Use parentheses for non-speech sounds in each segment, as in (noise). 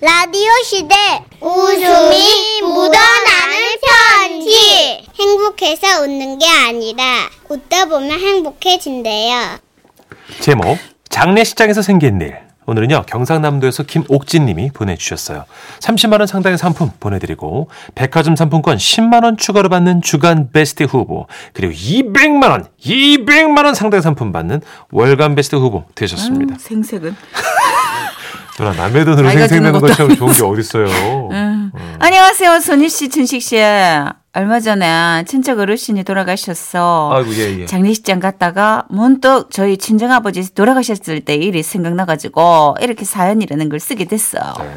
라디오 시대 웃음이 묻어나는 편지 행복해서 웃는 게 아니라 웃다 보면 행복해진대요. 제목 장례식장에서 생긴 일 오늘은요 경상남도에서 김옥진님이 보내주셨어요 30만원 상당의 상품 보내드리고 백화점 상품권 10만원 추가로 받는 주간 베스트 후보 그리고 200만원 200만원 상당의 상품 받는 월간 베스트 후보 되셨습니다 아유, 음, 생색은. 누나 남의 돈으로 아이가 생생내는 주는 것도 것처럼 좋은 게 어딨어요 음. 안녕하세요, 손희 씨, 준식 씨. 얼마 전에 친척 어르신이 돌아가셨어. 아이고 예예 장례식장 갔다가 문득 저희 친정아버지 돌아가셨을 때 일이 생각나가지고 이렇게 사연이라는 걸 쓰게 됐어. 네.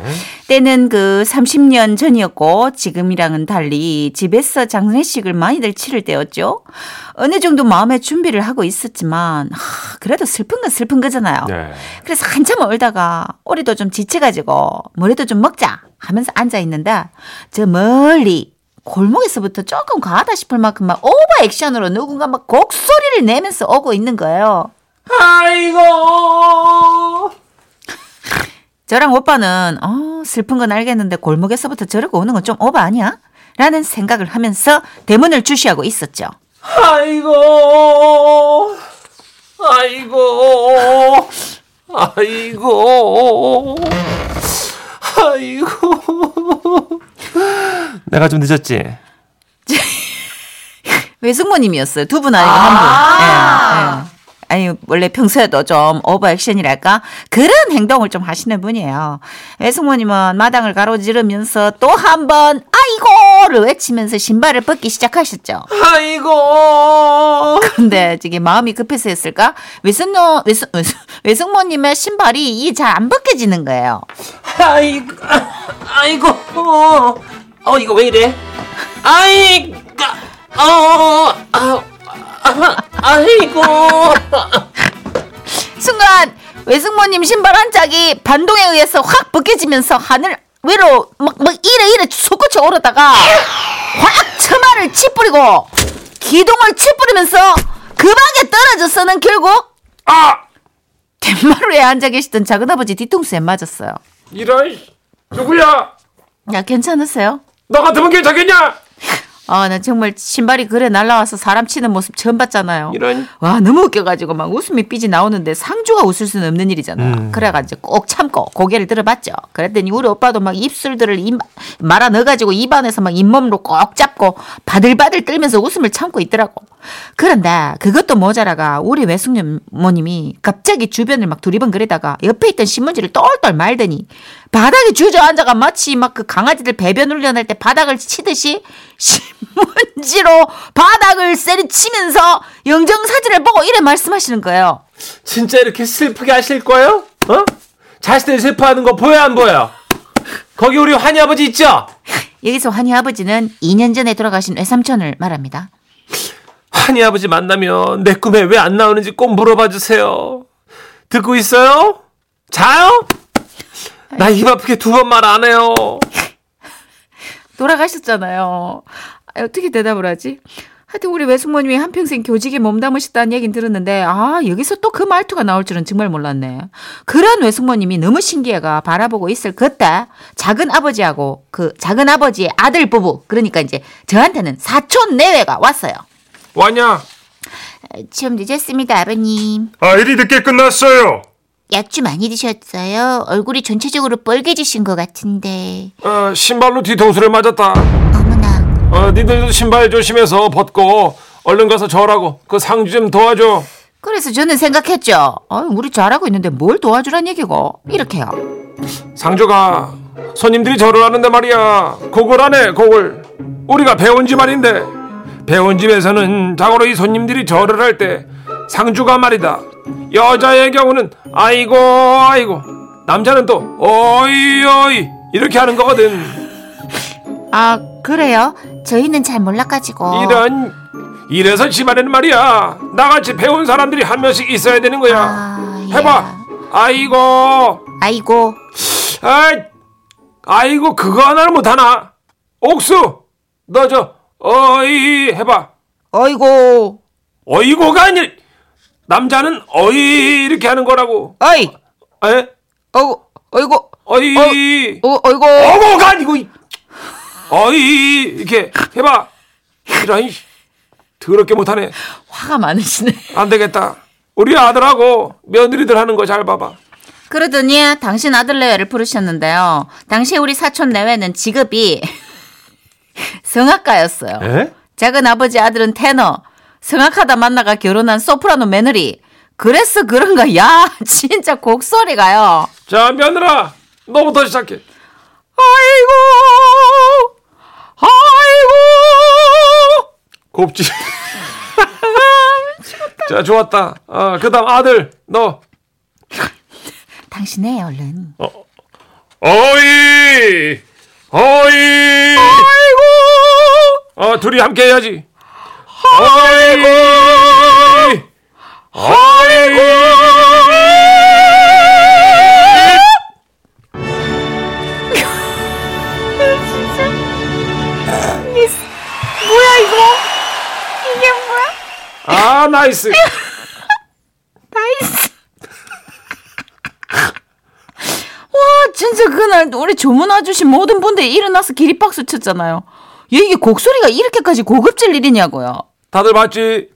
때는 그 30년 전이었고 지금이랑은 달리 집에서 장례식을 많이들 치를 때였죠. 어느 정도 마음의 준비를 하고 있었지만 하, 그래도 슬픈 건 슬픈 거잖아요. 네. 그래서 한참 울다가 올해도 좀 지쳐가지고 뭐라도 좀 먹자 하면서 앉아 있는데 저 멀리 골목에서부터 조금 과하다 싶을 만큼 막 오버 액션으로 누군가 막 곡소리를 내면서 오고 있는 거예요. 아이고 저랑 오빠는 어 슬픈 건 알겠는데 골목에서부터 저러고 오는 건 좀 오버 아니야? 라는 생각을 하면서 대문을 주시하고 있었죠. 아이고, 아이고, 아이고, 아이고. 내가 좀 늦었지. 외숙모님이었어요. 두 분 아니고 한 분. 예, 예. 아니 원래 평소에도 좀 오버 액션이랄까 그런 행동을 좀 하시는 분이에요. 외숙모님은 마당을 가로지르면서 또 한 번 아이고를 외치면서 신발을 벗기 시작하셨죠. 아이고. 근데 이게 마음이 급해서였을까? 외숙모 외숙 외숙- 외숙모님의 신발이 이 잘 안 벗겨지는 거예요. 아이고, 아이고. 어, 어, 이거 왜 이래? 아이고, 어, 아, 아, 아이고. 순간 외숙모님 신발 한 짝이 반동에 의해서 확 벗겨지면서 하늘 위로 막, 막 이래 이래 솟구쳐 오르다가 확 처마를 치뿌리고 기둥을 치뿌리면서 그 방에 떨어져서는 결국 아, 뒷마루에 앉아 계시던 작은아버지 뒤통수에 맞았어요. 이런, 누구야? 야 괜찮으세요? 너 같으면 괜찮겠냐? 아, 나 정말 신발이 그래 날라와서 사람 치는 모습 처음 봤잖아요. 이런. 와, 너무 웃겨가지고 막 웃음이 삐지 나오는데 상주가 웃을 수는 없는 일이잖아요. 음. 그래가지고 꼭 참고 고개를 들어봤죠. 그랬더니 우리 오빠도 막 입술들을 입, 말아 넣어가지고 입안에서 막 잇몸으로 꼭 잡고 바들바들 떨면서 웃음을 참고 있더라고. 그런데 그것도 모자라가 우리 외숙모님이 갑자기 주변을 막 두리번거리다가 옆에 있던 신문지를 똘똘 말더니 바닥에 주저앉아가 마치 막 그 강아지들 배변 훈련할 때 바닥을 치듯이 신문지로 바닥을 세리치면서 영정사진을 보고 이래 말씀하시는 거예요. 진짜 이렇게 슬프게 하실 거예요? 어? 자신을 슬퍼하는 거 보여 안 보여? 거기 우리 환희 아버지 있죠? 여기서 환희 아버지는 2년 전에 돌아가신 외삼촌을 말합니다. 환희 아버지 만나면 내 꿈에 왜 안 나오는지 꼭 물어봐 주세요. 듣고 있어요? 자요? 나 입 아프게 두 번 말 안 해요. 돌아가셨잖아요. 아, 어떻게 대답을 하지? 하여튼 우리 외숙모님이 한평생 교직에 몸담으셨다는 얘긴 들었는데 아 여기서 또 그 말투가 나올 줄은 정말 몰랐네. 그런 외숙모님이 너무 신기해가 바라보고 있을 그때 작은 아버지하고 그 작은 아버지의 아들 부부 그러니까 이제 저한테는 사촌 내외가 왔어요. 왔냐? 지금 늦었습니다, 아버님. 아, 일이 늦게 끝났어요. 약 좀 많이 드셨어요? 얼굴이 전체적으로 빨개지신 것 같은데. 어, 신발로 뒤통수를 맞았다. 어머나, 어, 니들도 신발 조심해서 벗고 얼른 가서 절하고 그 상주 좀 도와줘. 그래서 저는 생각했죠. 아, 우리 잘하고 있는데 뭘 도와주란 얘기고. 이렇게요. 상조가 손님들이 절을 하는데 말이야 고걸 하네 고걸 우리가 배운 집 아닌데 배운 집에서는 자고로 이 손님들이 절을 할 때 상주가 말이다 여자의 경우는 아이고 아이고 남자는 또 어이 어이 이렇게 하는 거거든 아, 그래요? 저희는 잘 몰라가지고. 이런 이래서 집안에는 말이야 나같이 배운 사람들이 한 명씩 있어야 되는 거야 아, 예. 해봐 아이고 아이고, 아이, 아이고 그거 하나를 못하나? 옥수, 너 저 어이 해봐. 어이고, 어이고가 아니 남자는 어이 이렇게 하는 거라고. 어이, 에? 어이고, 어이고, 어, 어이 어, 어이구. 어거가 이거 이- 어이 이렇게 해봐 이런 씨. 더럽게 못하네 화가 많으시네. 안 되겠다 우리 아들하고 며느리들 하는 거 잘 봐봐 그러더니 당신 아들 내외를 부르셨는데요. 당시 우리 사촌 내외는 직업이 (laughs) 성악가였어요. 에? 작은 아버지 아들은 테너, 성악하다 만나가 결혼한 소프라노 며느리. 그래서 그런가? 야, (laughs) 진짜 곡소리가요. 자 며느라 너부터 시작해 아이고, 아이고. 곱지 자 좋았다 어, 그다음 아들 너 당신 해 얼른. 어이 어이 아이고, 어 둘이 함께 해야지 어이 어이 뭐야 이거? 이게 뭐야? 아 나이스 나이스. 와 진짜 그날 우리 주문 와주신 모든 분들이 일어나서 기립박수 쳤잖아요. 얘 이게 곡소리가 이렇게까지 고급질 일이냐고요. 다들 봤지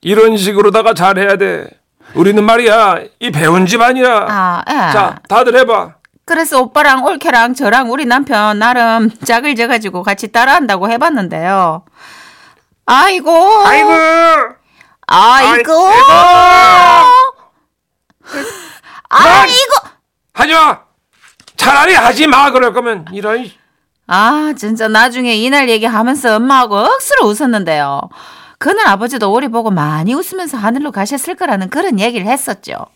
이런 식으로다가 잘해야 돼 우리는 말이야 이 배운 집안이야 아, 예. 자 다들 해봐 그래서 오빠랑 올케랑 저랑 우리 남편 나름 짝을 져가지고 같이 따라한다고 해봤는데요. 아이고. 아이고. 아이고. 아이고. 하지마 차라리 하지마 그럴 거면 이런 아, 진짜 나중에 이날 얘기하면서 엄마하고 억수로 웃었는데요. 그날 아버지도 우리 보고 많이 웃으면서 하늘로 가셨을 거라는 그런 얘기를 했었죠.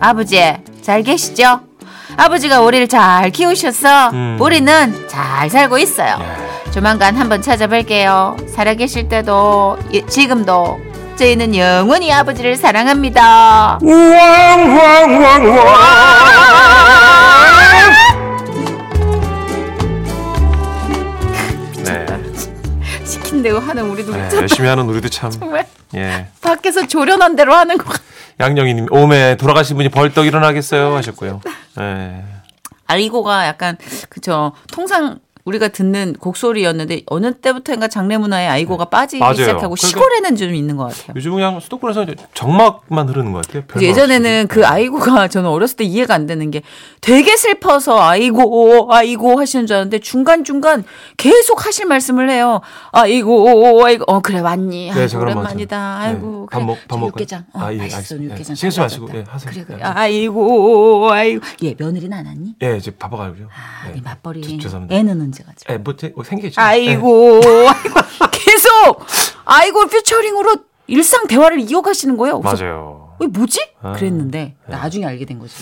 아버지, 잘 계시죠? 아버지가 우리를 잘 키우셔서 우리는 잘 살고 있어요. 조만간 한번 찾아뵐게요. 살아계실 때도 예, 지금도 저희는 영원히 아버지를 사랑합니다. 우왕왕왕왕 네, 치킨 대우 하는 우리도 (laughs) 네, 참 열심히 하는 우리도 참 정말 예. 밖에서 조련한 대로 하는 것 같아. 양영희님 오메 돌아가신 분이 벌떡 일어나겠어요 하셨고요. 예. 알고가 약간 그쵸 통상 우리가 듣는 곡소리였는데 어느 때부터인가 장례 문화에 아이고가 빠지기 맞아요. 시작하고 그러니까- 네, 시골에는 좀 있는 것 같아요. 요즘 그냥 수도권에서 정막만 흐르는 것 같아요. 별거 예전에는 그 아이고가 (laughs) 저는 어렸을 때 이해가 안 되는 게 되게 슬퍼서 아이고 아이고 하시는 줄 알았는데 중간 중간 계속 하실 말씀을 해요. 아이고 아이고 어 그래 왔니? 없이. 네, 아이고, 자, 그럼 오랜만이다. 맞아요. 아이고 네, 밥 그래, 먹, 밥 저 먹고. 육개장. 어, 아, 예, 맛있어 알겠습니다. 육개장. 실수 마시고, 좋았다. 예, 하세요. 그래 그래. 예, 아이고 아이고 얘 며느리는 안 왔니? 예, 이제 바빠가지고요. 이 아, 네, 맞벌이 네. 죄- 죄송합니다. 애는 언제 가죠? 예, 뭐, 제- 뭐 생기겠죠. 아이고, 아이고 계속 아이고 퓨처링으로 일상 대화를 이어가시는 거예요. 예. 그래서 맞아요. 네. 어, 뭐지? 그랬는데 나중에 알게 된 거지.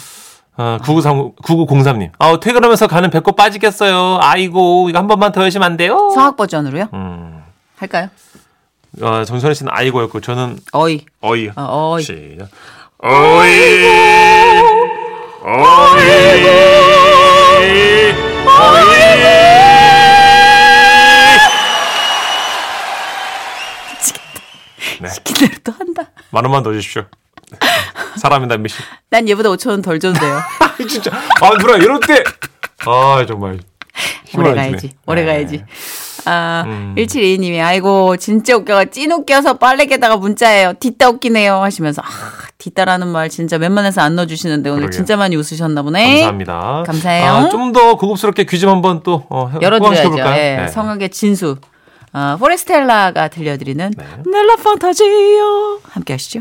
아, 9935, 9903님. 아, 퇴근하면서 가는 배꼽 빠지겠어요. 아이고, 이거 한 번만 더 하시면 안 돼요? 성악 버전으로요? 음. 할까요? 아, 정선희 씨는 아이고였고, 저는 어이, 어이. 어, 어이. 시작. 어이. 어이. 시키대로 또 한다. 만 원만 더 주십시오. (laughs) 사람이다 미씨. 난 얘보다 5천 원 덜 줘도 돼요. 진짜. 아 누나 이럴 때. 아 정말. (laughs) 힘을 오래 안 주네. 가야지. 오래 네. 음. 가야지. 아, 1722님이 아이고 진짜 웃겨가 찐 웃겨서 빨래게다가 문자예요. 뒷다 웃기네요 하시면서 아, 뒷다라는 말 진짜 웬만해서 안 넣어 주시는데 오늘 그러게요. 진짜 많이 웃으셨나 보네. 감사합니다. 아, 감사해요. 좀 더 고급스럽게 귀 좀 한번 또 어, 해- 열어드려야죠. 호강시켜볼까요? 예, 네. 네. 성악의 진수. 어, 포레스텔라가 들려드리는 넬라 판타지요. 함께 하시죠.